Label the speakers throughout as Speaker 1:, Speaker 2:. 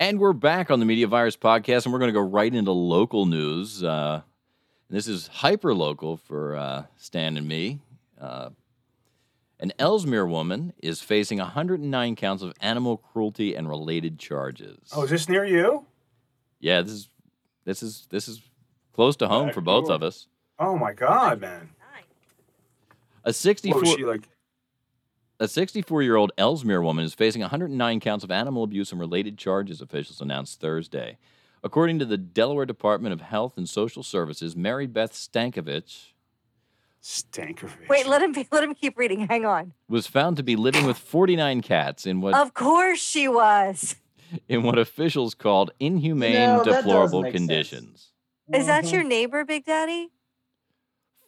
Speaker 1: And we're back on the Media Virus Podcast, and we're going to go right into local news. Uh, this is hyper local for uh, Stan and me. Uh, an Ellesmere woman is facing 109 counts of animal cruelty and related charges.
Speaker 2: Oh, is this near you?
Speaker 1: Yeah, this is this is this is close to home
Speaker 2: Back
Speaker 1: for both
Speaker 2: door.
Speaker 1: of us.
Speaker 2: Oh my God, man!
Speaker 1: A
Speaker 2: What
Speaker 1: 64
Speaker 2: was she like?
Speaker 1: A 64 year old Ellesmere woman is facing 109 counts of animal abuse and related charges, officials announced Thursday. According to the Delaware Department of Health and Social Services, Mary Beth Stankovich
Speaker 2: Stankovic.
Speaker 3: Wait, let him be, let him keep reading. Hang on.
Speaker 1: was found to be living with 49 cats in what,
Speaker 3: Of course she was.
Speaker 1: in what officials called inhumane,
Speaker 4: No, that doesn't
Speaker 1: deplorable
Speaker 4: make sense.
Speaker 1: conditions.
Speaker 3: Is that
Speaker 2: Mm-hmm.
Speaker 4: Mhm.
Speaker 3: your neighbor, Big Daddy?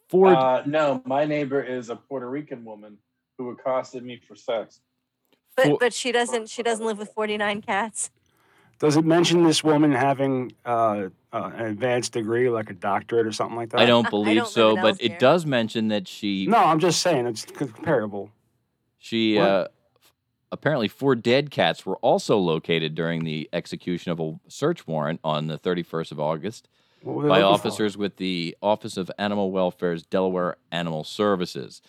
Speaker 1: Four,
Speaker 4: Uh, no, my neighbor is a Puerto Rican woman who accosted me for sex.
Speaker 3: But
Speaker 1: four-
Speaker 3: but she doesn't she doesn't live with 49 cats.
Speaker 2: Does it mention this woman having uh, uh, an advanced degree, like a doctorate or something like that?
Speaker 1: I don't
Speaker 3: I
Speaker 1: believe
Speaker 3: don't live
Speaker 1: so,
Speaker 3: in
Speaker 1: but it
Speaker 3: Ellesmere.
Speaker 1: does mention that she
Speaker 2: No, I'm just saying it's comparable.
Speaker 1: She
Speaker 2: What?
Speaker 1: uh, f- apparently four dead cats were also located during the execution of a search warrant on the 31st of August
Speaker 2: What were they
Speaker 1: by
Speaker 2: looking for?
Speaker 1: officers with the Office of Animal Welfare's Delaware Animal Services.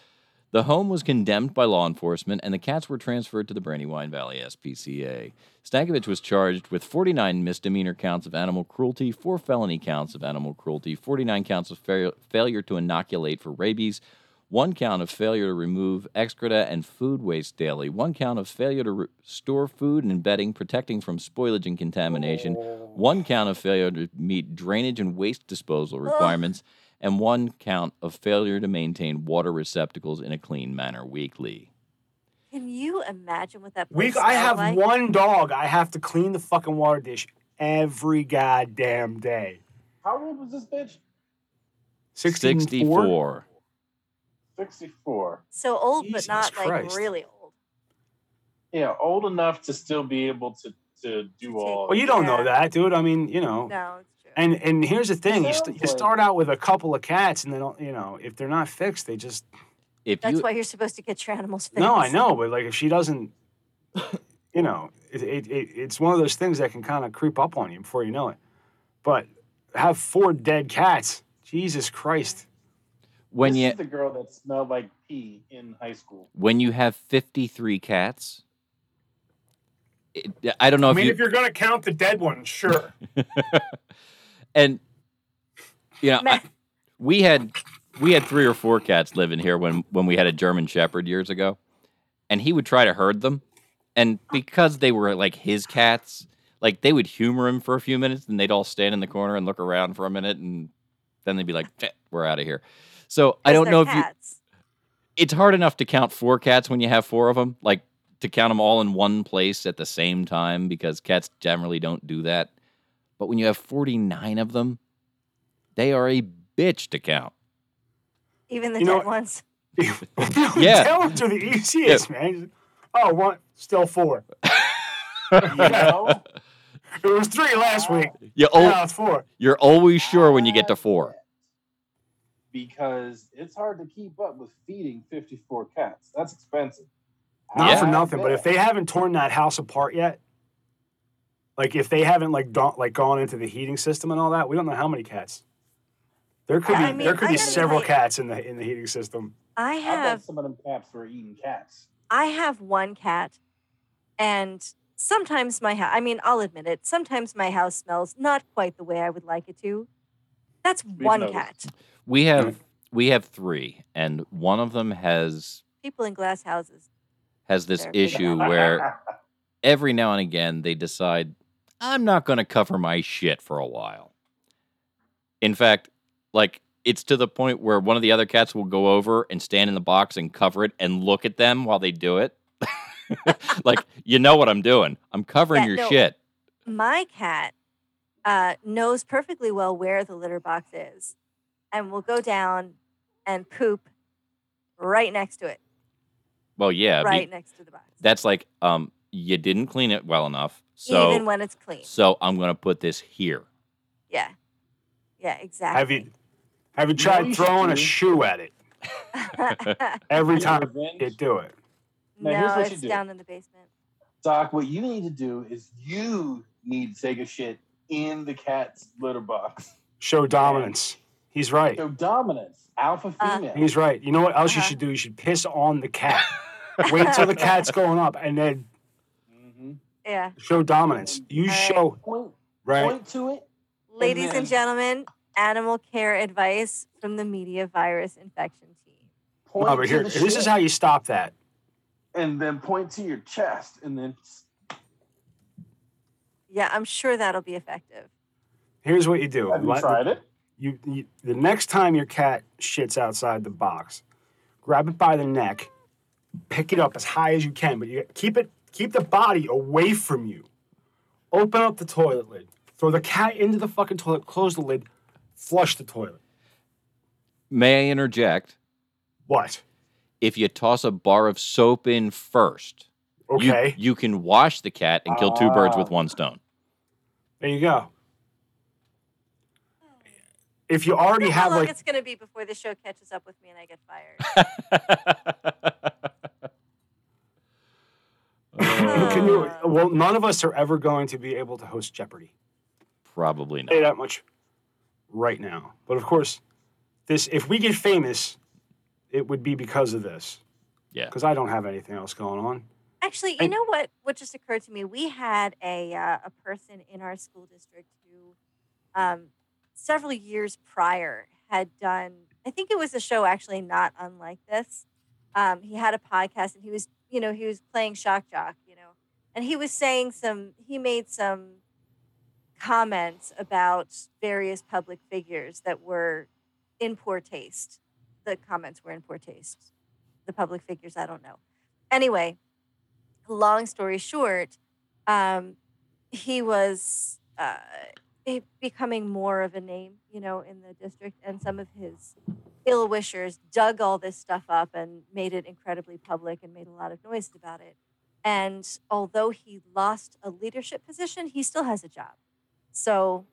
Speaker 1: The home was condemned by law enforcement, and the cats were transferred to the Brandywine Valley SPCA. Stankovic was charged with 49 misdemeanor counts of animal cruelty, four felony counts of animal cruelty, 49 counts of fail- failure to inoculate for rabies, one count of failure to remove excreta and food waste daily, one count of failure to re- store food and bedding, protecting from spoilage and contamination, one count of failure to meet drainage and waste disposal requirements, and one count of failure to maintain water receptacles in a clean manner weekly.
Speaker 3: Can you imagine what that
Speaker 2: We,
Speaker 3: place
Speaker 2: I
Speaker 3: smelled
Speaker 2: have
Speaker 3: like?
Speaker 2: one dog. I have to clean the fucking water dish every goddamn day.
Speaker 4: How old was this bitch?
Speaker 2: 64?
Speaker 1: 64.
Speaker 4: 64.
Speaker 3: So old
Speaker 2: Jesus
Speaker 3: but not
Speaker 2: Christ.
Speaker 3: like really old.
Speaker 4: Yeah, old enough to still be able to, to do all.
Speaker 2: Well, you don't know
Speaker 3: Yeah.
Speaker 2: that, dude. I mean, you know.
Speaker 3: No, it's true.
Speaker 2: Oh. And and here's the thing: you, st-
Speaker 4: Sounds
Speaker 2: you
Speaker 4: like-
Speaker 2: start out with a couple of cats, and then you know if they're not fixed, they just
Speaker 1: If
Speaker 3: That's
Speaker 1: you,
Speaker 3: why you're supposed to get your animals fixed.
Speaker 2: No, I know, but like if she doesn't, you know, it, it, it, it's one of those things that can kind of creep up on you before you know it. But have four dead cats, Jesus Christ!
Speaker 1: when
Speaker 4: this
Speaker 1: you
Speaker 4: is the girl that smelled like pee in high school.
Speaker 1: when you have 53 cats, it, I don't know
Speaker 5: I
Speaker 1: if
Speaker 5: mean,
Speaker 1: you
Speaker 5: if you're going to count the dead ones, sure.
Speaker 1: and you know
Speaker 3: Ma-
Speaker 1: I- we had we had three or four cats living here when when we had a German Shepherd years ago, and he would try to herd them, and because they were like his cats, like they would humor him for a few minutes, and they'd all stand in the corner and look around for a minute, and then they'd be like, "Eh, "We're out of here." So I don't know if you. It's hard enough to count four cats when you have four of them, like to count them all in one place at the same time, because cats generally don't do that. But when you have forty nine of them, they are a bitch to count.
Speaker 3: you even the
Speaker 2: You know what?
Speaker 3: dead ones.
Speaker 1: Yeah.
Speaker 2: tell them to the easiest, man. Oh, one, still four.
Speaker 4: You know?
Speaker 2: It was three last week.
Speaker 1: You al-
Speaker 2: Now it's four.
Speaker 1: you're always sure when you get to four.
Speaker 4: because it's hard to keep up with feeding 54 cats. That's expensive.
Speaker 2: Not
Speaker 1: Yeah.
Speaker 2: for nothing, but if they haven't torn that house apart yet, like if they haven't like do- like gone into the heating system and all that, we don't know how many cats. There could be
Speaker 3: I mean,
Speaker 2: there could
Speaker 3: I
Speaker 2: be
Speaker 3: gotta
Speaker 2: several
Speaker 3: tell you-
Speaker 2: cats in the in the heating system.
Speaker 3: I
Speaker 4: I bet
Speaker 3: have
Speaker 4: some of them cats were eating cats.
Speaker 3: I have one cat, and sometimes my house, I mean, I'll admit it, sometimes my house smells not quite the way I would like it to. That's one
Speaker 4: noticed.
Speaker 3: cat.
Speaker 1: We have we have three, and one of them has
Speaker 3: People in glass houses.
Speaker 1: has this
Speaker 3: Fair.
Speaker 1: issue where every now and again they decide I'm not going to cover my shit for a while. In fact, like it's to the point where one of the other cats will go over and stand in the box and cover it and look at them while they do it. like you know what I'm doing. I'm covering
Speaker 3: Yeah,
Speaker 1: your
Speaker 3: no.
Speaker 1: shit.
Speaker 3: My cat uh, knows perfectly well where the litter box is and will go down and poop right next to it,
Speaker 1: Well, yeah, be-
Speaker 3: right next to the box.
Speaker 1: that's like um you didn't clean it well enough. So
Speaker 3: even when it's clean.
Speaker 1: so I'm going to put this here.
Speaker 3: Yeah. Yeah, exactly.
Speaker 2: Have you have you
Speaker 4: know
Speaker 2: tried
Speaker 4: what you should
Speaker 2: throwing a
Speaker 4: do?
Speaker 2: shoe at it
Speaker 3: no,
Speaker 2: every
Speaker 4: You know,
Speaker 2: time
Speaker 4: revenge-
Speaker 2: you do it?
Speaker 4: Now, here's what you
Speaker 3: it's
Speaker 4: do.
Speaker 3: down in the basement.
Speaker 4: Doc, what you need to do is you need to take a shit in the cat's litter box.
Speaker 2: Show dominance. He's right.
Speaker 4: So dominance, alpha
Speaker 3: Uh,
Speaker 4: female.
Speaker 2: He's right. You know what else you
Speaker 3: Uh-huh.
Speaker 2: should do? You should piss on the cat. Wait till the cat's going up and then
Speaker 4: Mhm.
Speaker 3: Yeah.
Speaker 2: show dominance. You
Speaker 3: Alright.
Speaker 2: show,
Speaker 4: Point,
Speaker 2: right?
Speaker 4: point to it.
Speaker 3: Ladies
Speaker 4: then-
Speaker 3: and gentlemen, animal care advice from the media virus infection team.
Speaker 4: Point
Speaker 2: No, but
Speaker 4: to
Speaker 2: here,
Speaker 4: the
Speaker 2: this
Speaker 4: shit,
Speaker 2: is how you stop that.
Speaker 4: and then point to your chest, and then
Speaker 3: Yeah, I'm sure that'll be effective.
Speaker 2: Here's what you do.
Speaker 4: have you
Speaker 2: Let-
Speaker 4: tried it?
Speaker 2: you, you the next time your cat shits outside the box, grab it by the neck, pick it up as high as you can, but you keep it keep the body away from you. Open up the toilet lid, throw the cat into the fucking toilet, close the lid, flush the toilet.
Speaker 1: May I interject?
Speaker 2: What?
Speaker 1: If you toss a bar of soap in first, you-
Speaker 2: Okay. Oh.
Speaker 1: you, can wash the cat and kill two birds with one stone.
Speaker 2: there you go. If you already
Speaker 3: how
Speaker 2: have
Speaker 3: long
Speaker 2: like
Speaker 3: it's going to be before the show catches up with me and I get fired.
Speaker 2: Oh. can you
Speaker 3: Uh.
Speaker 2: well none of us are ever going to be able to host Jeopardy.
Speaker 1: Probably not.
Speaker 2: say that much right now. But of course, this if we get famous, it would be because of this.
Speaker 1: Yeah.
Speaker 2: Because I don't have anything else going on.
Speaker 3: Actually, you
Speaker 2: I-
Speaker 3: know what? What just occurred to me? We had a uh, a person in our school district who, um, several years prior, had done. I think it was a show actually not unlike this. Um, he had a podcast and he was, you know, he was playing shock jock, you know, and he was saying some. He made some comments about various public figures that were in poor taste. The comments were in poor taste. The public figures, I don't know. Anyway, long story short, um, he was uh, be- becoming more of a name, you know, in the district, and some of his ill wishers dug all this stuff up and made it incredibly public and made a lot of noise about it. And although he lost a leadership position, he still has a job. So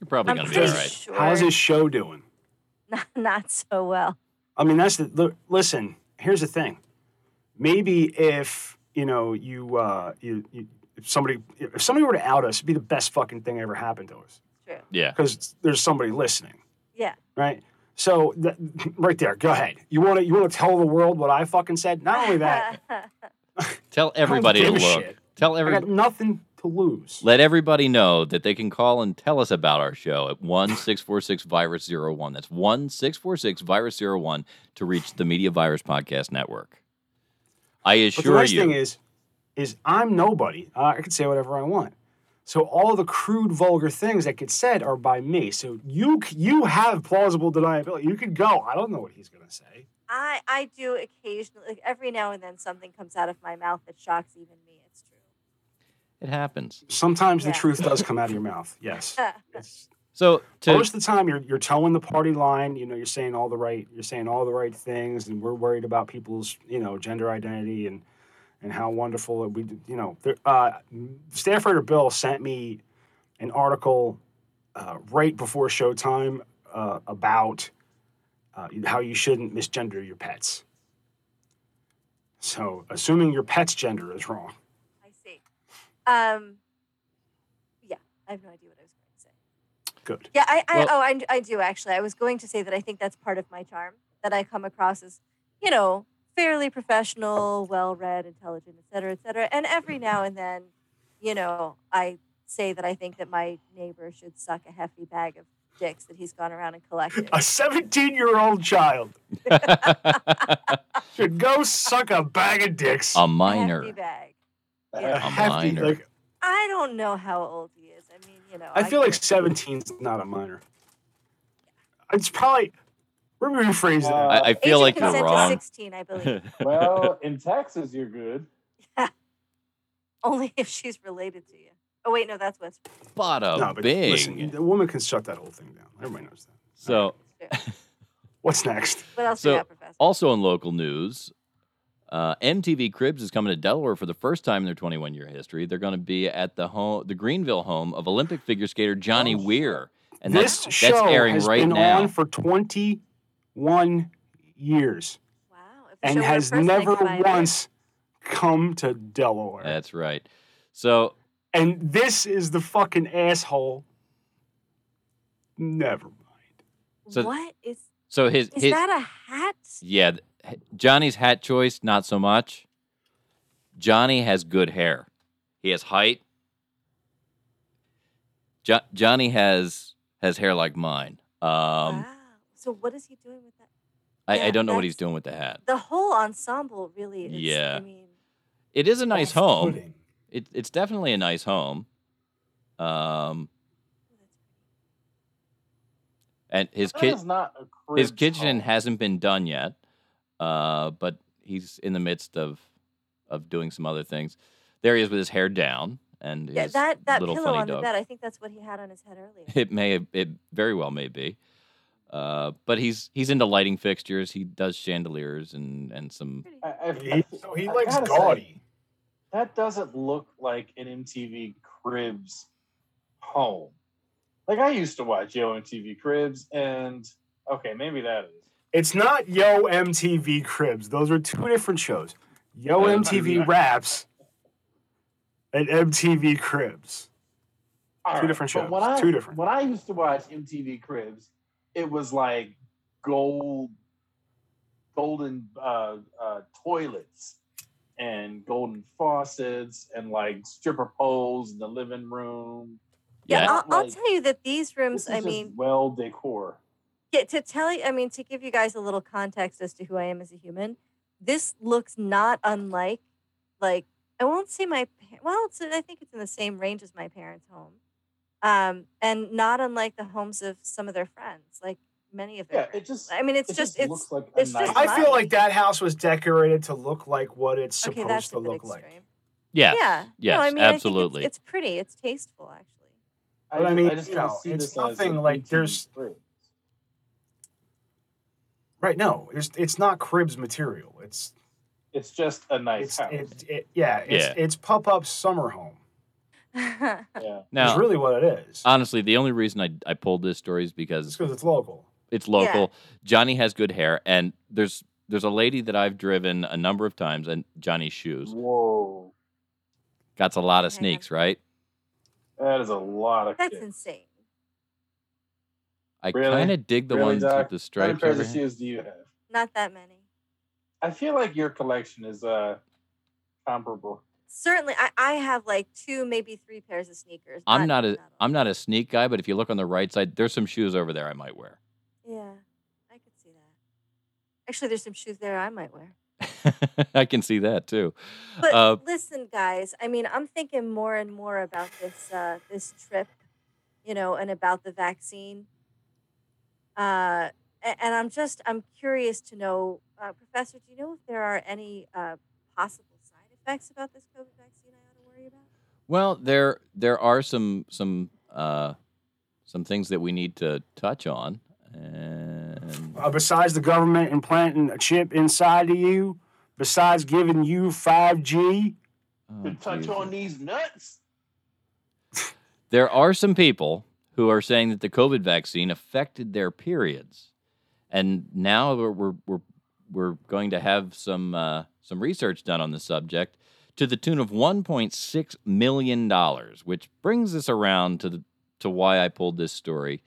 Speaker 1: You're probably
Speaker 3: I'm
Speaker 1: going to be all
Speaker 3: pretty
Speaker 1: right.
Speaker 3: sure
Speaker 2: How's this show doing?
Speaker 3: not, not so well.
Speaker 2: I mean, that's the look, listen. Here's the thing. Maybe if you know you, uh, you, you if somebody if somebody were to out us, it'd be the best fucking thing that ever happened to us
Speaker 3: True.
Speaker 1: Yeah.
Speaker 2: because there's somebody listening,
Speaker 3: Yeah.
Speaker 2: right? So that, right there, go ahead. You want to you want to tell the world what I fucking said? Not only that,
Speaker 1: Tell everybody to
Speaker 2: give a
Speaker 1: look.
Speaker 2: shit.
Speaker 1: Tell
Speaker 2: I
Speaker 1: every.
Speaker 2: got nothing to lose.
Speaker 1: Let everybody know that they can call and tell us about our show at 1 646 Virus 01. That's 1 646 Virus 01 to reach the Media Virus Podcast Network. I
Speaker 2: But
Speaker 1: assure
Speaker 2: the nice
Speaker 1: you.
Speaker 2: thing is, is I'm nobody. Uh, I can say whatever I want. So all the crude, vulgar things that get said are by me. So you c- you have plausible deniability. You could go. I don't know what he's gonna say.
Speaker 3: I I do occasionally, like every now and then, something comes out of my mouth that shocks even me. It's true.
Speaker 1: it happens.
Speaker 2: Sometimes
Speaker 3: Yeah.
Speaker 2: the truth does come out of your mouth. Yes. It's-
Speaker 1: So, to,
Speaker 2: most of the time, you're you're towing the party line. You know, you're saying all the right you're saying all the right things, and we're worried about people's you know gender identity and and how wonderful that we d- you know. There, uh, Stanford or Bill sent me an article uh, right before showtime uh, about uh, how you shouldn't misgender your pets. So, assuming your pet's gender is wrong.
Speaker 3: I see. Um, yeah, I have no idea what I was going to say.
Speaker 2: Good.
Speaker 3: Yeah, I, I
Speaker 1: Well-
Speaker 3: oh, I, I do actually. I was going to say that I think that's part of my charm that I come across as, you know, fairly professional, well-read, intelligent, et cetera, et cetera. And every now and then, you know, I say that I think that my neighbor should suck a hefty bag of dicks that he's gone around and collected.
Speaker 2: A 17 year old child should go suck a bag of dicks.
Speaker 1: a
Speaker 3: A
Speaker 1: minor.
Speaker 3: hefty bag.
Speaker 2: A
Speaker 3: Yeah.
Speaker 2: hefty,
Speaker 1: minor.
Speaker 2: like,
Speaker 3: I don't know how old he is. I mean, you know,
Speaker 2: I feel like
Speaker 3: can't-
Speaker 2: 17 is not a minor. It's probably. Let me rephrase that.
Speaker 1: I, I
Speaker 3: Age
Speaker 1: feel
Speaker 3: of
Speaker 1: like you're
Speaker 3: consent is
Speaker 1: wrong.
Speaker 3: Sixteen, I believe.
Speaker 4: Well, in Texas, you're good.
Speaker 3: Only if she's related to you. Oh wait, no, that's West.
Speaker 1: but a
Speaker 2: no, but
Speaker 1: big.
Speaker 2: listen, the woman can shut that whole thing down. Everybody knows that.
Speaker 1: so,
Speaker 2: What's next?
Speaker 3: What else
Speaker 1: So-
Speaker 3: we got, Professor?
Speaker 1: Also in local news, uh, MTV Cribs is coming to Delaware for the first time in their 21 year history. They're going to be at the home, the Greenville home of Olympic figure skater Johnny
Speaker 4: Oh, shit.
Speaker 1: Weir, and
Speaker 2: this
Speaker 1: that's,
Speaker 2: show
Speaker 1: that's airing
Speaker 2: has
Speaker 1: right
Speaker 2: been
Speaker 1: now.
Speaker 2: on for 21 years
Speaker 3: wow, if the
Speaker 2: and
Speaker 3: show were a
Speaker 2: has
Speaker 3: person, I
Speaker 2: never
Speaker 3: could buy it.
Speaker 2: once come to Delaware.
Speaker 1: That's right. So
Speaker 2: and this is the fucking asshole. Never mind.
Speaker 1: So-
Speaker 3: what is
Speaker 1: so his
Speaker 3: is
Speaker 1: his
Speaker 3: that a hat?
Speaker 1: yeah th- Johnny's hat choice not so much. Johnny has good hair. He has height. Jo- Johnny has has hair like mine. Um,
Speaker 3: wow. So what is he doing with that?
Speaker 1: I, I
Speaker 3: Yeah,
Speaker 1: don't know what he's
Speaker 3: that's-
Speaker 1: doing with the hat.
Speaker 3: The whole ensemble really. Is,
Speaker 1: Yeah.
Speaker 3: I mean,
Speaker 1: It is a nice home.
Speaker 2: Pudding.
Speaker 1: It, it's definitely a nice home. Um, and his
Speaker 4: That
Speaker 1: kid,
Speaker 4: is not a
Speaker 1: his
Speaker 4: crib's
Speaker 1: kitchen
Speaker 4: home.
Speaker 1: hasn't been done yet, uh, but he's in the midst of of doing some other things. There he is with his hair down and
Speaker 3: yeah,
Speaker 1: his
Speaker 3: that that
Speaker 1: little
Speaker 3: pillow
Speaker 1: funny
Speaker 3: on
Speaker 1: dog.
Speaker 3: the bed. I think that's what he had on his head earlier.
Speaker 1: It may it very well may be, uh, but he's he's into lighting fixtures. He does chandeliers and and some
Speaker 3: Pretty-
Speaker 4: I, I,
Speaker 5: He, so he
Speaker 4: I
Speaker 5: likes
Speaker 4: gotta say-
Speaker 5: gaudy.
Speaker 4: that doesn't look like an MTV Cribs home. Like I used to watch Yo MTV Cribs, and okay, maybe that is.
Speaker 2: It's not Yo MTV Cribs. Those are two different shows. Yo
Speaker 1: Uh,
Speaker 2: MTV Raps and MTV Cribs.
Speaker 4: All
Speaker 2: Two different
Speaker 4: but When
Speaker 2: shows,
Speaker 4: I,
Speaker 2: two different.
Speaker 4: When I used to watch MTV Cribs, it was like gold, golden uh, uh, toilets and golden faucets and like stripper poles in the living room.
Speaker 3: yeah, uh,
Speaker 1: yeah.
Speaker 3: I'll, I'll
Speaker 4: like,
Speaker 3: tell you that these rooms.
Speaker 4: This is
Speaker 3: I
Speaker 4: just
Speaker 3: mean,
Speaker 4: well decor.
Speaker 3: Yeah, to tell you, I mean, to give you guys a little context as to who I am as a human, this looks not unlike, like, I won't say my, pa- well, it's, I think it's in the same range as my parents' home. Um, and not unlike the homes of some of their friends, like many of
Speaker 4: Yeah,
Speaker 3: their,
Speaker 4: it just.
Speaker 3: I mean, it's
Speaker 4: it
Speaker 3: just, it's,
Speaker 4: looks like a
Speaker 3: it's just
Speaker 4: nice-
Speaker 5: I feel like
Speaker 3: Right.
Speaker 2: Like that house was decorated to look like what it's
Speaker 3: okay,
Speaker 2: supposed
Speaker 3: that's
Speaker 2: to
Speaker 3: a bit
Speaker 2: look
Speaker 3: extreme.
Speaker 2: like.
Speaker 1: Yes,
Speaker 3: yeah.
Speaker 1: yes,
Speaker 3: no, I mean, I think it's-
Speaker 1: absolutely.
Speaker 3: it's, pretty. It's tasteful, actually.
Speaker 2: But I mean,
Speaker 4: just
Speaker 2: you
Speaker 4: don't
Speaker 2: know,
Speaker 4: see
Speaker 2: it's
Speaker 4: this as
Speaker 2: nothing
Speaker 4: an
Speaker 2: like
Speaker 4: MTV
Speaker 2: there's-
Speaker 4: Cribs.
Speaker 2: Right? No, it's it's not Cribs material. It's
Speaker 4: It's just a nice
Speaker 2: it's
Speaker 4: house.
Speaker 2: it, it, yeah, it's
Speaker 1: Yeah.
Speaker 2: it's Pup Up's summer home.
Speaker 4: yeah.
Speaker 1: now, uh,
Speaker 2: It's really what it is.
Speaker 1: honestly, the only reason I I pulled this story is because
Speaker 2: It's because it's local.
Speaker 1: it's local. Johnny has good hair, and there's there's a lady that I've driven a number of times, and Johnny's shoes.
Speaker 4: Whoa.
Speaker 1: Got a lot of
Speaker 3: Yeah.
Speaker 1: sneaks, right?
Speaker 4: That is a lot of
Speaker 3: that's
Speaker 4: kicks.
Speaker 3: insane.
Speaker 1: I
Speaker 4: Really?
Speaker 1: kind of dig the
Speaker 4: Really,
Speaker 1: ones
Speaker 4: Doc?
Speaker 1: with the
Speaker 4: How many
Speaker 1: stripes.
Speaker 4: pairs
Speaker 1: over
Speaker 4: of
Speaker 1: here.
Speaker 4: shoes do you have?
Speaker 3: Not that many.
Speaker 4: I feel like your collection is uh comparable.
Speaker 3: Certainly, I, I have like two, maybe three pairs of sneakers.
Speaker 1: I'm not a
Speaker 3: a.
Speaker 1: I'm not a sneak guy, but if you look on the right side, there's some shoes over there I might wear.
Speaker 3: Yeah, I could see that. Actually, there's some shoes there I might wear.
Speaker 1: I can see that too.
Speaker 3: But
Speaker 1: Uh,
Speaker 3: listen, guys, I mean, I'm thinking more and more about this uh, this trip, you know, and about the vaccine. Uh, a- and I'm just I'm curious to know, uh, Professor, do you know if there are any uh, possible side effects about this COVID vaccine I ought to worry about?
Speaker 1: Well, there there are some some uh, some things that we need to touch on, and
Speaker 2: Uh, besides the government implanting a chip inside of you, besides giving you 5G,
Speaker 1: oh,
Speaker 4: Could touch
Speaker 1: Jesus.
Speaker 4: on these nuts.
Speaker 1: There are some people who are saying that the COVID vaccine affected their periods, and now we're we're we're, we're going to have some uh, some research done on the subject to the tune of 1.6 million dollars, which brings us around to the to why I pulled this story.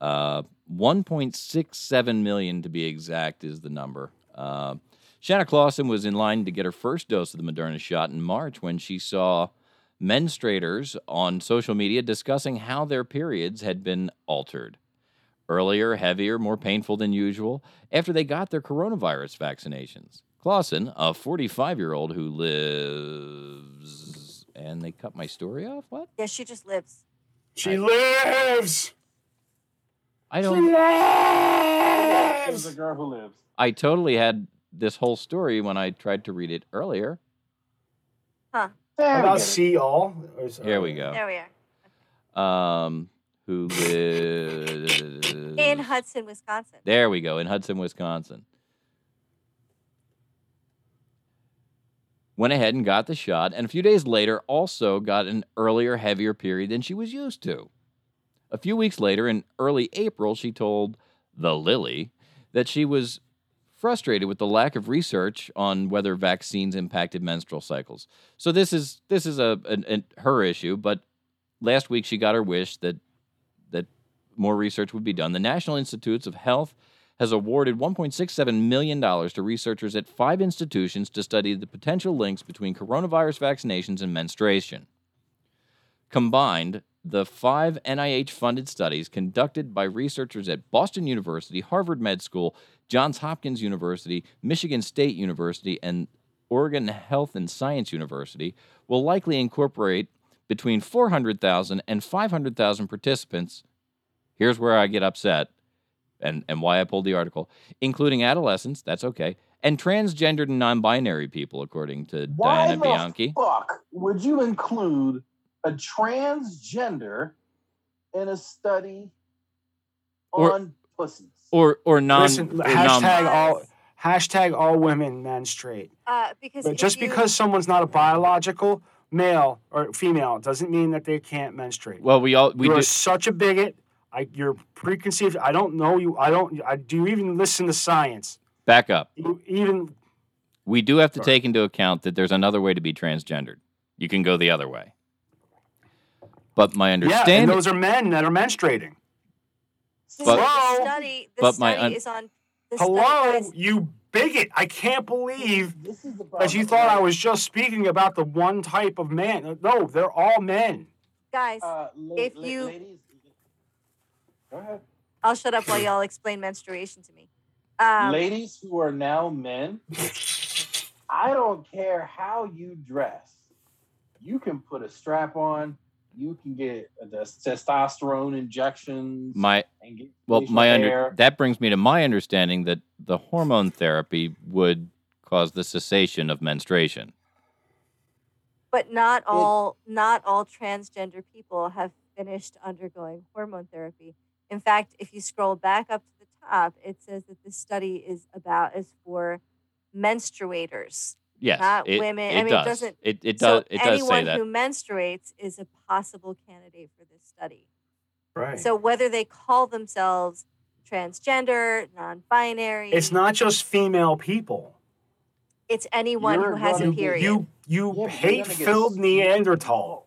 Speaker 1: Uh, 1.67 million to be exact is the number. Uh, Shanna Clausen was in line to get her first dose of the Moderna shot in March when she saw menstruators on social media discussing how their periods had been altered. Earlier, heavier, more painful than usual, after they got their coronavirus vaccinations. Clausen, a 45 year old who lives. And they cut my story off? What?
Speaker 3: Yeah, she just lives.
Speaker 5: She lives.
Speaker 1: I don't.
Speaker 4: There's a girl who lives.
Speaker 1: I totally had this whole story when I tried to read it earlier.
Speaker 4: There we
Speaker 2: about
Speaker 4: go.
Speaker 2: see all. uh, Or is-
Speaker 1: Here we go.
Speaker 3: There we are
Speaker 1: Um, who lives.
Speaker 3: in Hudson, Wisconsin.
Speaker 1: There we go, in Hudson, Wisconsin. Went ahead and got the shot, and a few days later, also got an earlier, heavier period than she was used to. A few weeks later, in early April, she told The Lily that she was frustrated with the lack of research on whether vaccines impacted menstrual cycles. So this is this is a, an, an, her issue, but last week she got her wish that that more research would be done. The National Institutes of Health has awarded 1.67 million dollars to researchers at five institutions to study the potential links between coronavirus vaccinations and menstruation. Combined, the five NIH funded studies conducted by researchers at Boston University, Harvard Med School, Johns Hopkins University, Michigan State University, and Oregon Health and Science University will likely incorporate between 400,000 and 500,000 participants. Here's where I get upset and, and why I pulled the article, including adolescents, that's okay, and transgendered and non binary people, according to
Speaker 4: Why
Speaker 1: Diana
Speaker 4: the
Speaker 1: Bianchi.
Speaker 4: fuck would you include a transgender in a study
Speaker 1: Or-
Speaker 4: on pussies?
Speaker 1: Or, or non.
Speaker 2: Listen,
Speaker 1: or non-
Speaker 2: hashtag all hashtag all women menstruate.
Speaker 3: Uh, because
Speaker 2: But
Speaker 3: if
Speaker 2: just
Speaker 3: you-
Speaker 2: because someone's not a biological male or female doesn't mean that they can't menstruate.
Speaker 1: well, we all we
Speaker 2: you are
Speaker 1: just
Speaker 2: such a bigot. I, you're preconceived. I don't know you. I don't. I do you even listen to science.
Speaker 1: back up.
Speaker 2: You even
Speaker 1: We do have to
Speaker 2: Sorry.
Speaker 1: take into account that there's another way to be transgendered. You can go the other way. But my
Speaker 2: yeah. And
Speaker 1: understanding,
Speaker 2: those are men that are menstruating.
Speaker 3: So
Speaker 1: But-
Speaker 3: the
Speaker 2: Hello?
Speaker 3: study, the
Speaker 1: But my
Speaker 3: study
Speaker 1: un-
Speaker 3: is on. The
Speaker 2: Hello,
Speaker 3: study is,
Speaker 2: you bigot! I can't believe
Speaker 4: This is the problem.
Speaker 2: that you thought I was just speaking about the one type of man. No, they're all men.
Speaker 3: guys,
Speaker 4: Uh, la-
Speaker 3: If
Speaker 4: la-
Speaker 3: you-
Speaker 4: ladies, go ahead.
Speaker 3: I'll shut up while y'all explain menstruation to me. Um,
Speaker 4: ladies who are now men, I don't care how you dress. You can put a strap on. You can get the testosterone injections.
Speaker 1: my
Speaker 4: and get
Speaker 1: well,
Speaker 4: facial
Speaker 1: my under
Speaker 4: hair.
Speaker 1: that brings me to my understanding that the hormone therapy would cause the cessation of menstruation.
Speaker 3: but not all not all transgender people have finished undergoing hormone therapy. In fact, if you scroll back up to the top, it says that this study is about is for menstruators.
Speaker 1: Yes,
Speaker 3: Not
Speaker 1: it,
Speaker 3: women.
Speaker 1: It
Speaker 3: I mean, it
Speaker 1: does.
Speaker 3: doesn't-
Speaker 1: It, it
Speaker 3: so
Speaker 1: does. it does
Speaker 3: anyone
Speaker 1: say that.
Speaker 3: who menstruates is a possible candidate for this study.
Speaker 2: Right.
Speaker 3: So whether they call themselves transgender, non-binary,
Speaker 2: it's not just female people.
Speaker 3: It's anyone who
Speaker 4: You're
Speaker 3: has a
Speaker 4: gonna get-
Speaker 3: period.
Speaker 2: You you
Speaker 4: Yeah, but you're
Speaker 2: hate
Speaker 4: gonna get
Speaker 2: filled
Speaker 4: skewed
Speaker 2: Neanderthal.
Speaker 4: results.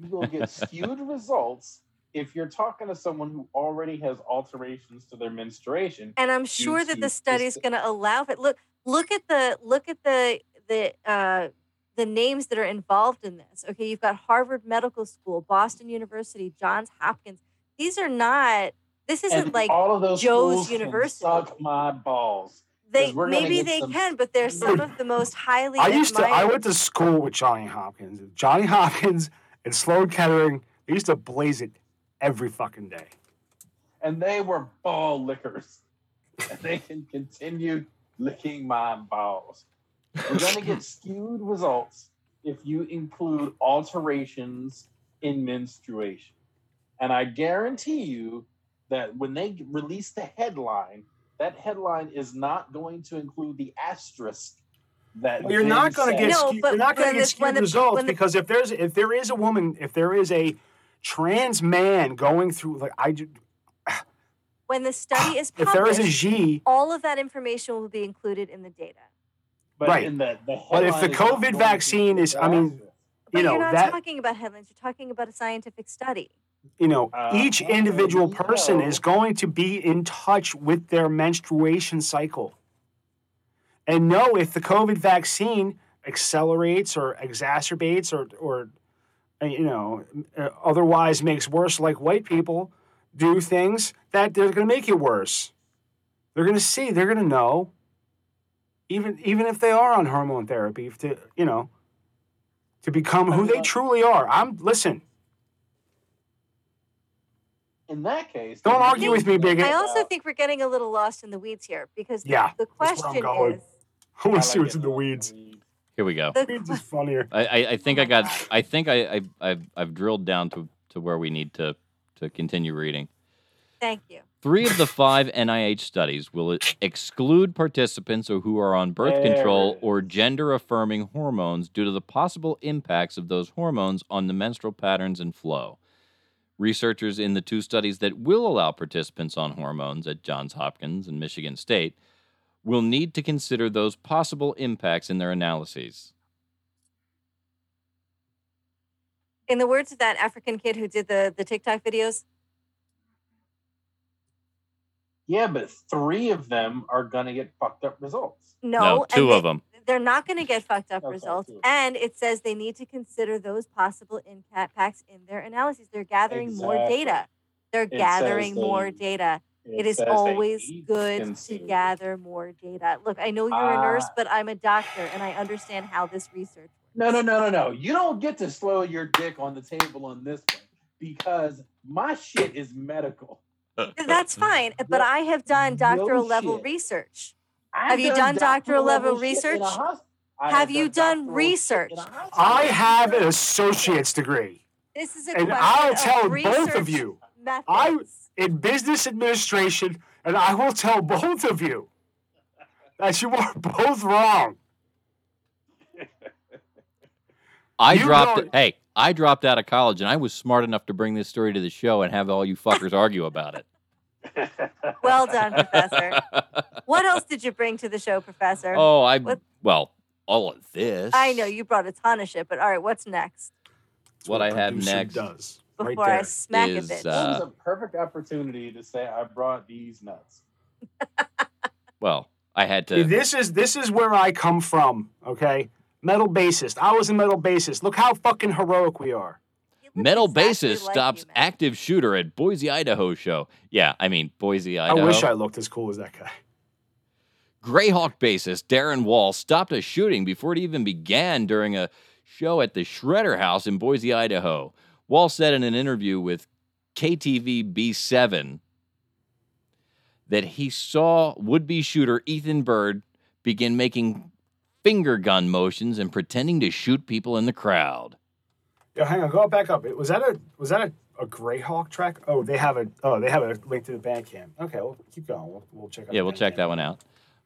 Speaker 4: You will get skewed results if you're talking to someone who already has alterations to their menstruation.
Speaker 3: and I'm sure that
Speaker 4: to
Speaker 3: the study's
Speaker 4: just-
Speaker 3: going to allow it. Look, look at the look at the the uh, the names that are involved in this. Okay, you've got Harvard Medical School, Boston University, Johns Hopkins. These are not. This isn't
Speaker 4: and
Speaker 3: like
Speaker 4: all of those
Speaker 3: Joe's
Speaker 4: schools can
Speaker 3: University.
Speaker 4: Suck my balls.
Speaker 3: they.
Speaker 4: 'cause we're gonna
Speaker 3: Maybe
Speaker 4: get
Speaker 3: they
Speaker 4: some-
Speaker 3: can, but they're some of the most highly.
Speaker 2: I used to. I
Speaker 3: admired-
Speaker 2: went to school with Johnny Hopkins. Johnny Hopkins and Sloan Kettering. They used to blaze it every fucking day.
Speaker 4: and they were ball lickers. And they can continue licking my balls. We're going to get skewed results if you include alterations in menstruation. And I guarantee you that when they release the headline, that headline is not going to include the asterisk that
Speaker 2: Well, you're not
Speaker 4: going to
Speaker 2: get.
Speaker 3: No,
Speaker 2: skewed,
Speaker 3: but
Speaker 2: you're not going
Speaker 3: when
Speaker 2: to get
Speaker 3: this- when
Speaker 2: skewed
Speaker 3: the-
Speaker 2: results
Speaker 3: when the-
Speaker 2: because if there's if there is a woman if there is a trans man going through like I ju-
Speaker 3: when the study is
Speaker 2: Ah, if there is
Speaker 3: published,
Speaker 2: a G.
Speaker 3: all of that information will be included in the data.
Speaker 4: but
Speaker 2: right.
Speaker 4: in the, the
Speaker 2: But if the
Speaker 4: headline is not
Speaker 2: COVID
Speaker 4: going to
Speaker 2: vaccine
Speaker 4: include
Speaker 2: is-
Speaker 4: the
Speaker 2: I mean,
Speaker 4: asterisk.
Speaker 3: But
Speaker 2: You know
Speaker 3: you're not
Speaker 2: that
Speaker 3: talking about headlines. You're talking about a scientific study.
Speaker 2: you know
Speaker 4: Uh,
Speaker 2: each
Speaker 4: how do
Speaker 2: individual
Speaker 4: we
Speaker 2: person
Speaker 4: know?
Speaker 2: is going to be in touch with their menstruation cycle and know if the covid vaccine accelerates or exacerbates or or uh, you know uh, otherwise makes worse like white people do things that they're going to make it worse they're going to see they're going to know even even if they are on hormone therapy to you know to become who they
Speaker 4: Uh,
Speaker 2: truly are i'm listen
Speaker 4: in that case,
Speaker 2: Don't
Speaker 4: then you
Speaker 2: argue with me,
Speaker 4: need to know
Speaker 2: bigot.
Speaker 3: I also
Speaker 4: about-
Speaker 3: think we're getting a little lost in the weeds here because the,
Speaker 2: Yeah,
Speaker 3: the
Speaker 2: that's where I'm
Speaker 3: question
Speaker 2: going.
Speaker 3: is
Speaker 2: i
Speaker 4: I
Speaker 2: want to see
Speaker 4: like
Speaker 2: what's in
Speaker 4: it.
Speaker 2: the weeds
Speaker 1: Here we go.
Speaker 3: the
Speaker 2: weeds is funnier
Speaker 1: I, I, I think
Speaker 3: Oh
Speaker 1: I
Speaker 3: my
Speaker 1: got.
Speaker 3: God.
Speaker 1: I think I, I I've I've drilled down to to where we need to to continue reading.
Speaker 3: Thank you.
Speaker 1: Three of the five NIH studies will e-, exclude participants who are on birth
Speaker 4: There
Speaker 1: control
Speaker 4: it
Speaker 1: or
Speaker 4: is.
Speaker 1: gender affirming hormones due to the possible impacts of those hormones on the menstrual patterns and flow. Researchers in the two studies that will allow participants on hormones at Johns Hopkins and Michigan State will need to consider those possible impacts in their analyses.
Speaker 3: In the words of that African kid who did the, the TikTok videos,
Speaker 4: Yeah, but three of them are gonna get fucked up results.
Speaker 3: no, and
Speaker 1: two
Speaker 3: they-
Speaker 1: of them.
Speaker 3: They're not going to get fucked up
Speaker 4: Okay,
Speaker 3: results.
Speaker 4: cool.
Speaker 3: And it says they need to consider those possible impacts in their analyses. They're gathering more
Speaker 4: Exactly.
Speaker 3: data. They're
Speaker 4: says
Speaker 3: gathering more
Speaker 4: they-
Speaker 3: data. it is
Speaker 4: says they
Speaker 3: always
Speaker 4: need
Speaker 3: good to
Speaker 4: consider-
Speaker 3: gather more data. Look, I know you're a nurse,
Speaker 4: Ah.
Speaker 3: but I'm a doctor and I understand how this research works.
Speaker 4: No, no, no, no, no. You don't get to slow your dick on the table on this one because my shit is medical.
Speaker 3: That's fine, but I have done
Speaker 4: No
Speaker 3: doctoral level
Speaker 4: shit.
Speaker 3: research.
Speaker 4: I've
Speaker 3: Have you done doctoral level
Speaker 4: shit in a
Speaker 3: research?
Speaker 4: hos- I
Speaker 3: Have you done
Speaker 4: doctoral shit
Speaker 3: research?
Speaker 4: in a hospital.
Speaker 2: I have an associate's degree
Speaker 3: This is a
Speaker 2: and
Speaker 3: question
Speaker 2: I'll
Speaker 3: of
Speaker 2: tell
Speaker 3: research
Speaker 2: both of you
Speaker 3: Methods.
Speaker 2: I- in business administration and I will tell both of you that you are both wrong.
Speaker 1: I
Speaker 2: You
Speaker 1: dropped.
Speaker 2: know-
Speaker 1: Hey, I dropped out of college, and I was smart enough to bring this story to the show and have all you fuckers argue about it.
Speaker 3: well done, Professor. what else did you bring to the show, Professor?
Speaker 1: oh, I
Speaker 3: What-
Speaker 1: well, all of this.
Speaker 3: I know you brought a ton of shit, but all right, what's next?
Speaker 2: That's
Speaker 1: What I have
Speaker 2: producer
Speaker 1: next
Speaker 2: does right
Speaker 3: Before I
Speaker 2: there.
Speaker 3: smack
Speaker 1: is,
Speaker 3: a bitch.
Speaker 4: That was
Speaker 1: Uh,
Speaker 4: a perfect opportunity to say I brought these nuts.
Speaker 1: Well, I had
Speaker 2: See,
Speaker 1: to.
Speaker 2: this is this is where I come from. Okay, metal bassist. I was a metal bassist. Look how fucking heroic we are.
Speaker 3: You look
Speaker 1: Metal
Speaker 3: exactly
Speaker 1: bassist
Speaker 3: like
Speaker 1: stops
Speaker 3: you, Matt.
Speaker 1: active shooter at Boise, Idaho show. Yeah, I mean Boise,
Speaker 2: I,
Speaker 1: Idaho.
Speaker 2: wish I looked as cool as that guy.
Speaker 1: Greyhawk bassist Darren Wall stopped a shooting before it even began during a show at the Shredder House in Boise, Idaho. Wall said in an interview with KTV B7 that he saw would be shooter Ethan Bird begin making finger gun motions and pretending to shoot people in the crowd.
Speaker 2: Yo, Oh, hang on, go back up. Was that a was that a, a Greyhawk track? Oh, they have a oh they have a link to the Bandcamp. Okay, well keep going. We'll, we'll check. Out
Speaker 1: Yeah,
Speaker 2: the
Speaker 1: we'll check
Speaker 2: Bandcamp.
Speaker 1: that one out.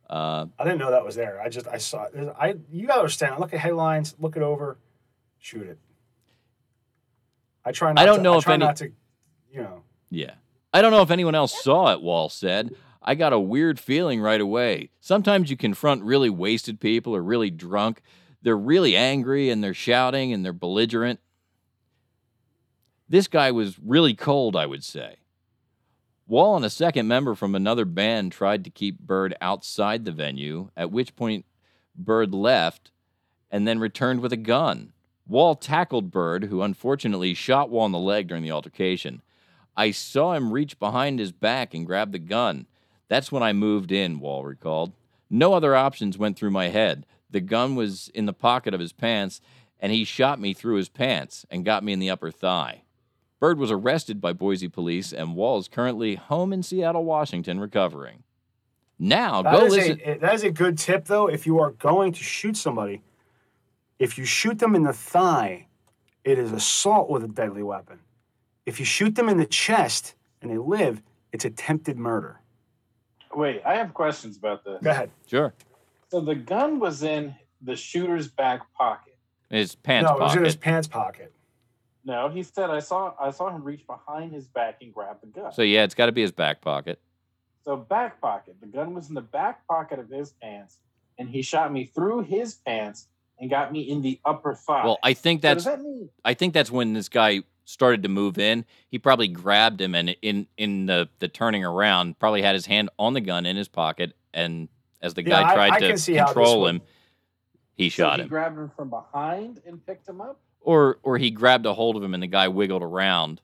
Speaker 1: Uh,
Speaker 2: I didn't know that was there. I just I saw. it. There's- I you gotta understand. I look at headlines, look it over, shoot it. I try. Not
Speaker 1: don't
Speaker 2: to,
Speaker 1: know if
Speaker 2: try
Speaker 1: any-
Speaker 2: Not to, you know.
Speaker 1: Yeah. I don't know if anyone else saw it, Wall said. I got a weird feeling right away. Sometimes you confront really wasted people or really drunk. They're really angry and they're shouting and they're belligerent. This guy was really cold, I would say. Wall and a second member from another band tried to keep Bird outside the venue, at which point Bird left and then returned with a gun. Wall tackled Bird, who unfortunately shot Wall in the leg during the altercation. I saw him reach behind his back and grab the gun. That's when I moved in, Wall recalled. No other options went through my head. The gun was in the pocket of his pants, and he shot me through his pants and got me in the upper thigh. Bird was arrested by Boise police, and Wall is currently home in Seattle, Washington, recovering. Now,
Speaker 2: That
Speaker 1: go
Speaker 2: is
Speaker 1: listen.
Speaker 2: A, eh, that is a good tip, though. If you are going to shoot somebody, if you shoot them in the thigh, it is assault with a deadly weapon. If you shoot them in the chest and they live, it's attempted murder.
Speaker 4: Wait, I have questions about this.
Speaker 2: Go ahead.
Speaker 1: Sure.
Speaker 4: So the gun was in the shooter's back pocket.
Speaker 1: His pants
Speaker 2: no, it was
Speaker 1: pocket.
Speaker 2: in his pants pocket.
Speaker 4: No, he said I saw I saw him reach behind his back and grab the gun.
Speaker 1: so, yeah, it's got to be his back pocket.
Speaker 4: So back pocket. The gun was in the back pocket of his pants, and he shot me through his pants and got me in the upper
Speaker 2: Ah,
Speaker 4: thigh.
Speaker 1: Well, I think
Speaker 4: so does
Speaker 1: that's
Speaker 4: that mean
Speaker 1: I think that's when this guy started to move in. He probably grabbed him and in in the the turning around, probably had his hand on the gun in his pocket, and as the
Speaker 2: Yeah,
Speaker 1: guy
Speaker 2: I-
Speaker 1: tried
Speaker 2: I
Speaker 1: to
Speaker 2: can see how this
Speaker 1: control
Speaker 2: would-
Speaker 1: him, he
Speaker 4: so
Speaker 1: shot
Speaker 4: he
Speaker 1: him,
Speaker 4: grabbed him from behind and picked him up?
Speaker 1: or or he grabbed a hold of him and the guy wiggled around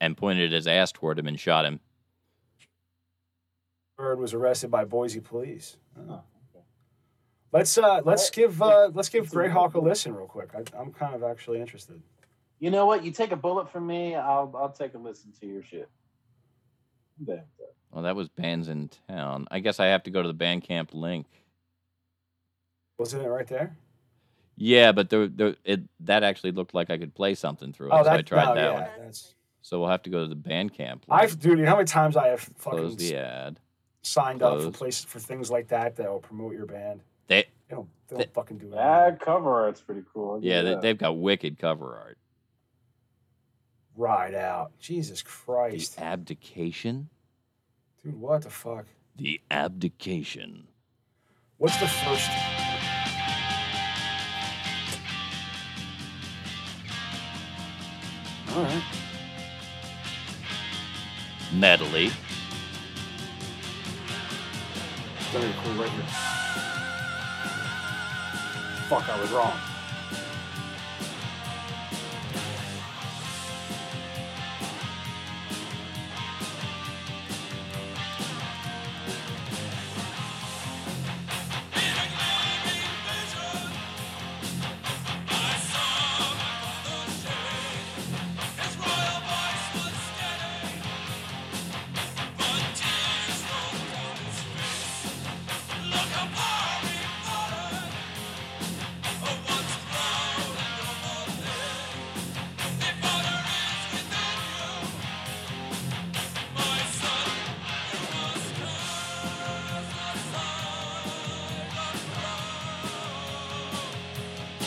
Speaker 1: and pointed his ass toward him and shot him.
Speaker 2: Bird was arrested by Boise police.
Speaker 4: Oh, okay.
Speaker 2: Let's uh, let's
Speaker 4: Right.
Speaker 2: give uh, let's give
Speaker 4: It's a-
Speaker 2: Greyhawk a listen real quick. I, I'm kind of actually interested.
Speaker 4: You know what? You take a bullet from me, I'll I'll take a listen to your shit. Damn, damn.
Speaker 1: Well, that was bands in town. I guess I have to go to the Bandcamp link.
Speaker 2: Wasn't it right there?
Speaker 1: Yeah, but there, there, it, that actually looked like I could play something through it. so I
Speaker 2: Oh, that's-
Speaker 1: tried
Speaker 2: no,
Speaker 1: that
Speaker 2: yeah,
Speaker 1: one.
Speaker 2: That's,
Speaker 1: So we'll have to go to the Bandcamp. Link.
Speaker 2: I've dude, you know how many times I have fucking
Speaker 1: closed the ad.
Speaker 2: signed up
Speaker 1: Close.
Speaker 2: for places for things like that that will promote your band.
Speaker 1: They,
Speaker 2: They don't, they
Speaker 1: Th-
Speaker 2: don't fucking do that.
Speaker 4: That cover art's pretty cool. Look at
Speaker 1: Yeah, they,
Speaker 4: that.
Speaker 1: they've got wicked cover art.
Speaker 2: Ride out. Jesus
Speaker 1: The
Speaker 2: Christ.
Speaker 1: abdication.
Speaker 2: Dude, what the fuck?
Speaker 1: The abdication.
Speaker 2: What's the first? All right.
Speaker 1: Natalie.
Speaker 2: It's gonna be cool right here. Fuck, I was wrong.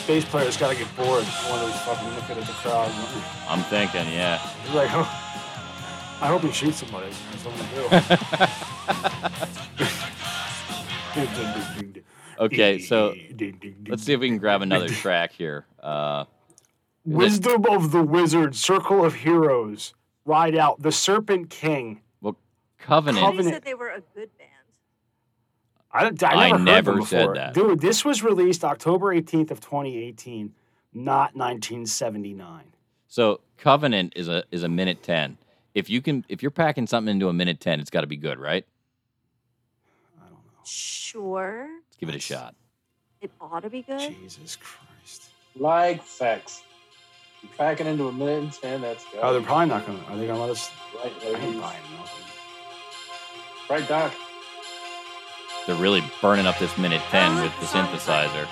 Speaker 2: Bass player's gotta get bored. One of those fucking looking at the crowd. and-
Speaker 1: I'm thinking, yeah.
Speaker 2: He's like, oh, I hope he shoots somebody. That's what I'm gonna do.
Speaker 1: Okay, so let's see if we can grab another track here. Uh,
Speaker 2: Wisdom of the Wizard, Circle of Heroes, Ride Out, The Serpent King.
Speaker 1: Covenant.
Speaker 2: Covenant.
Speaker 3: They said they were a good band.
Speaker 2: I, don't-
Speaker 1: I
Speaker 2: I never, heard
Speaker 1: never
Speaker 2: them
Speaker 1: said
Speaker 2: before.
Speaker 1: that.
Speaker 2: Dude, this was released October 18th of 2018, not 1979.
Speaker 1: So Covenant is a is a minute ten. If you can, if you're packing something into a minute ten, it's got to be good, right?
Speaker 2: I don't know.
Speaker 3: Sure,
Speaker 1: Let's give it a shot.
Speaker 3: it ought to be good.
Speaker 2: Jesus Christ.
Speaker 4: Like facts. You're packing into a minute and ten, that's good.
Speaker 2: Oh, they're probably not going to. Are they going to let us?
Speaker 4: right,
Speaker 2: I ain't
Speaker 4: ladies.
Speaker 2: buying nothing.
Speaker 4: Right, Doc.
Speaker 1: They're really burning up this minute ten with the synthesizer.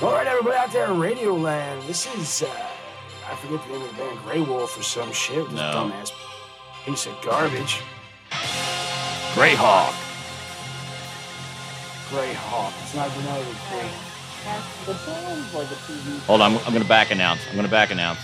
Speaker 2: All right, everybody out there in Radio Land, this is, uh, I forget the name of the band, Grey Wolf or some shit. This
Speaker 1: No.
Speaker 2: dumbass piece of garbage.
Speaker 1: Greyhawk.
Speaker 2: Grey Hawk. It's not Grenada.
Speaker 3: Right. That's-
Speaker 4: It sounds like a TV.
Speaker 1: Hold on, I'm, I'm gonna back announce. I'm gonna back announce.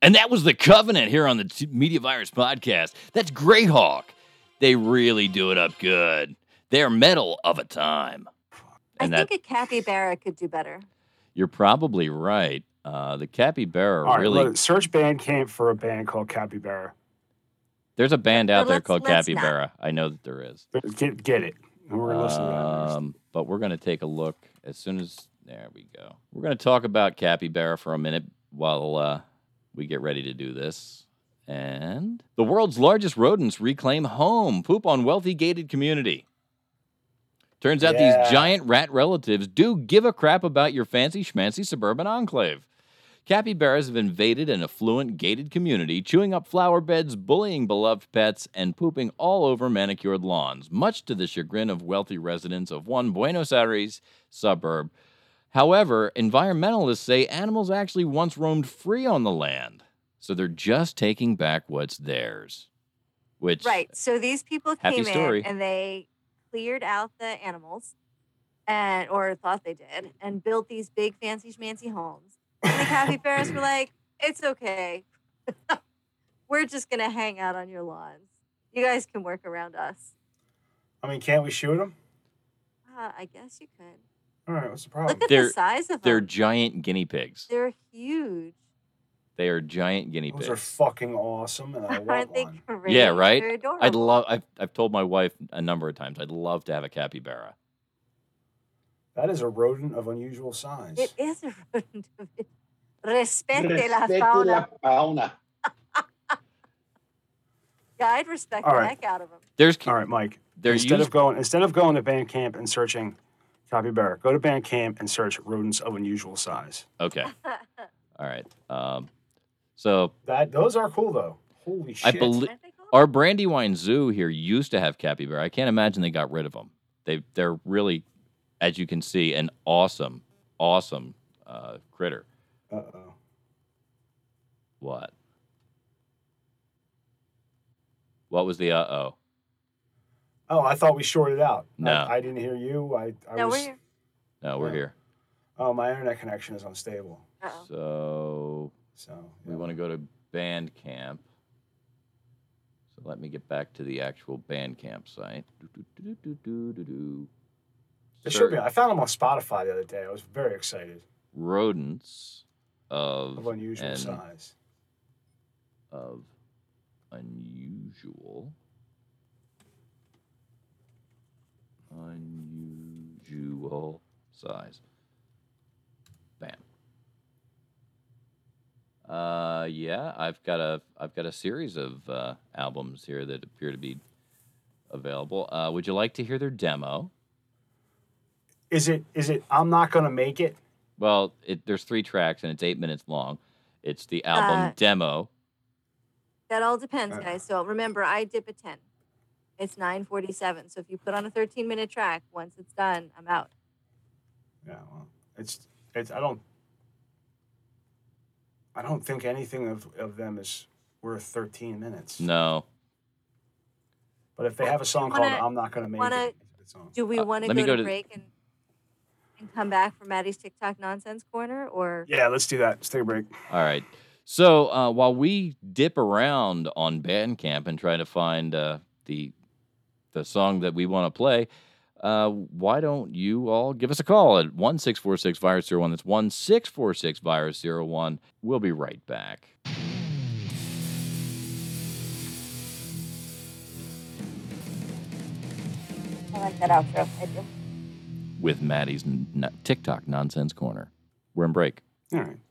Speaker 1: And that was the Covenant here on the T- Media Virus podcast. That's Greyhawk. They really do it up good. They're metal of a time.
Speaker 3: I
Speaker 1: And that
Speaker 3: think a capybara could do better.
Speaker 1: you're probably right. Uh, the capybara
Speaker 2: All right,
Speaker 1: really.
Speaker 2: look, search Bandcamp for a band called Capybara.
Speaker 1: there's a band out
Speaker 3: But
Speaker 1: there
Speaker 3: let's-
Speaker 1: called
Speaker 3: let's not.
Speaker 1: Capybara. I know that there is.
Speaker 2: Get, get it. And we're going to listen to that. next.
Speaker 1: Um, but we're going to take a look as soon as there we go. We're going to talk about capybara for a minute while uh, we get ready to do this. And the world's largest rodents reclaim home, poop on wealthy gated community. Turns out
Speaker 2: Yeah.
Speaker 1: these giant rat relatives do give a crap about your fancy schmancy suburban enclave. Capybaras have invaded an affluent gated community, chewing up flower beds, bullying beloved pets, and pooping all over manicured lawns, much to the chagrin of wealthy residents of one Buenos Aires suburb. However, environmentalists say animals actually once roamed free on the land, so they're just taking back what's theirs. Which
Speaker 3: Right. So these people
Speaker 1: Happy
Speaker 3: came
Speaker 1: story.
Speaker 3: in and they cleared out the animals and or thought they did and built these big fancy schmancy homes. And the capybaras were like, it's okay. We're just gonna hang out on your lawns. You guys can work around us.
Speaker 2: I mean, can't we shoot them?
Speaker 3: Uh, I guess you could.
Speaker 2: All right, what's the
Speaker 3: Look
Speaker 2: problem?
Speaker 3: at
Speaker 1: They're-
Speaker 3: the size of
Speaker 1: they're
Speaker 3: them.
Speaker 1: giant guinea pigs.
Speaker 3: They're huge.
Speaker 1: They are giant guinea
Speaker 2: Those are
Speaker 1: pigs.
Speaker 2: fucking awesome, and I want
Speaker 3: Aren't they
Speaker 2: one.
Speaker 3: great?
Speaker 1: Yeah, right?
Speaker 3: They're adorable.
Speaker 1: I'd love. I've, I've told my wife a number of times. I'd love to have a capybara.
Speaker 2: That is a rodent of unusual size.
Speaker 3: it is a rodent. of it. Respete la
Speaker 4: Respecte la
Speaker 3: fauna.
Speaker 4: fauna.
Speaker 3: Yeah, I'd respect
Speaker 2: All
Speaker 3: the
Speaker 2: right.
Speaker 3: heck out of them.
Speaker 1: There's
Speaker 2: All right, Mike.
Speaker 1: they're
Speaker 2: instead
Speaker 1: used,
Speaker 2: of going instead of going to Bandcamp and searching Capybara, go to Bandcamp and search rodents of unusual size.
Speaker 1: okay. All right. Um, so
Speaker 2: That those are cool though. Holy shit!
Speaker 1: I believe
Speaker 3: Aren't they cool?
Speaker 1: Our Brandywine Zoo here used to have capybara. I can't imagine they got rid of them. They they're really, as you can see, an awesome, awesome uh, critter.
Speaker 2: Uh oh.
Speaker 1: What? What was the uh oh?
Speaker 2: Oh, I thought we shorted out.
Speaker 1: No.
Speaker 2: I, I didn't hear you. I, I
Speaker 3: No,
Speaker 2: was.
Speaker 3: we're
Speaker 1: No, we're
Speaker 2: No.
Speaker 1: here.
Speaker 2: Oh, my internet connection is unstable.
Speaker 3: uh-oh.
Speaker 1: So
Speaker 2: So
Speaker 1: we want to go to Bandcamp. So let me get back to the actual Bandcamp site. Do-do-do-do-do-do-do.
Speaker 2: It
Speaker 1: Search
Speaker 2: should be. I found them on Spotify the other day. I was very excited
Speaker 1: rodents of
Speaker 2: of unusual
Speaker 1: and-
Speaker 2: size.
Speaker 1: of unusual unusual size. Bam. Uh, yeah, I've got a I've got a series of uh, albums here that appear to be available. Uh, would you like to hear their demo?
Speaker 2: Is it? Is it? I'm not gonna make it.
Speaker 1: Well, it, there's three tracks and it's eight minutes long. It's the album
Speaker 3: Uh,
Speaker 1: demo.
Speaker 3: That all depends,
Speaker 2: Uh.
Speaker 3: guys. So remember, I dip a 10. It's 947. So if you put on a 13 minute track, once it's done, I'm out.
Speaker 2: Yeah. Well, it's. It's. I don't. I don't think anything of, of them is worth 13 minutes.
Speaker 1: No,
Speaker 2: But if they have a song
Speaker 3: Wanna-
Speaker 2: called "I'm Not Gonna Make
Speaker 3: wanna-
Speaker 2: It," it's on.
Speaker 3: Do we
Speaker 1: Uh,
Speaker 3: want
Speaker 1: let
Speaker 3: to
Speaker 1: me
Speaker 3: go
Speaker 1: go
Speaker 3: to
Speaker 1: to-
Speaker 3: break and, and come back for Maddie's TikTok nonsense corner? Or
Speaker 2: Yeah, let's do that. Let's take a break.
Speaker 1: All right. So uh, while we dip around on Bandcamp and try to find uh, the the song that we want to play, uh, why don't you all give us a call at one six four six virus 01 That's one six four six virus 01 We'll be right back.
Speaker 3: I like that outro. I do.
Speaker 1: with Maddie's n- n- TikTok nonsense corner. We're in break.
Speaker 2: All right.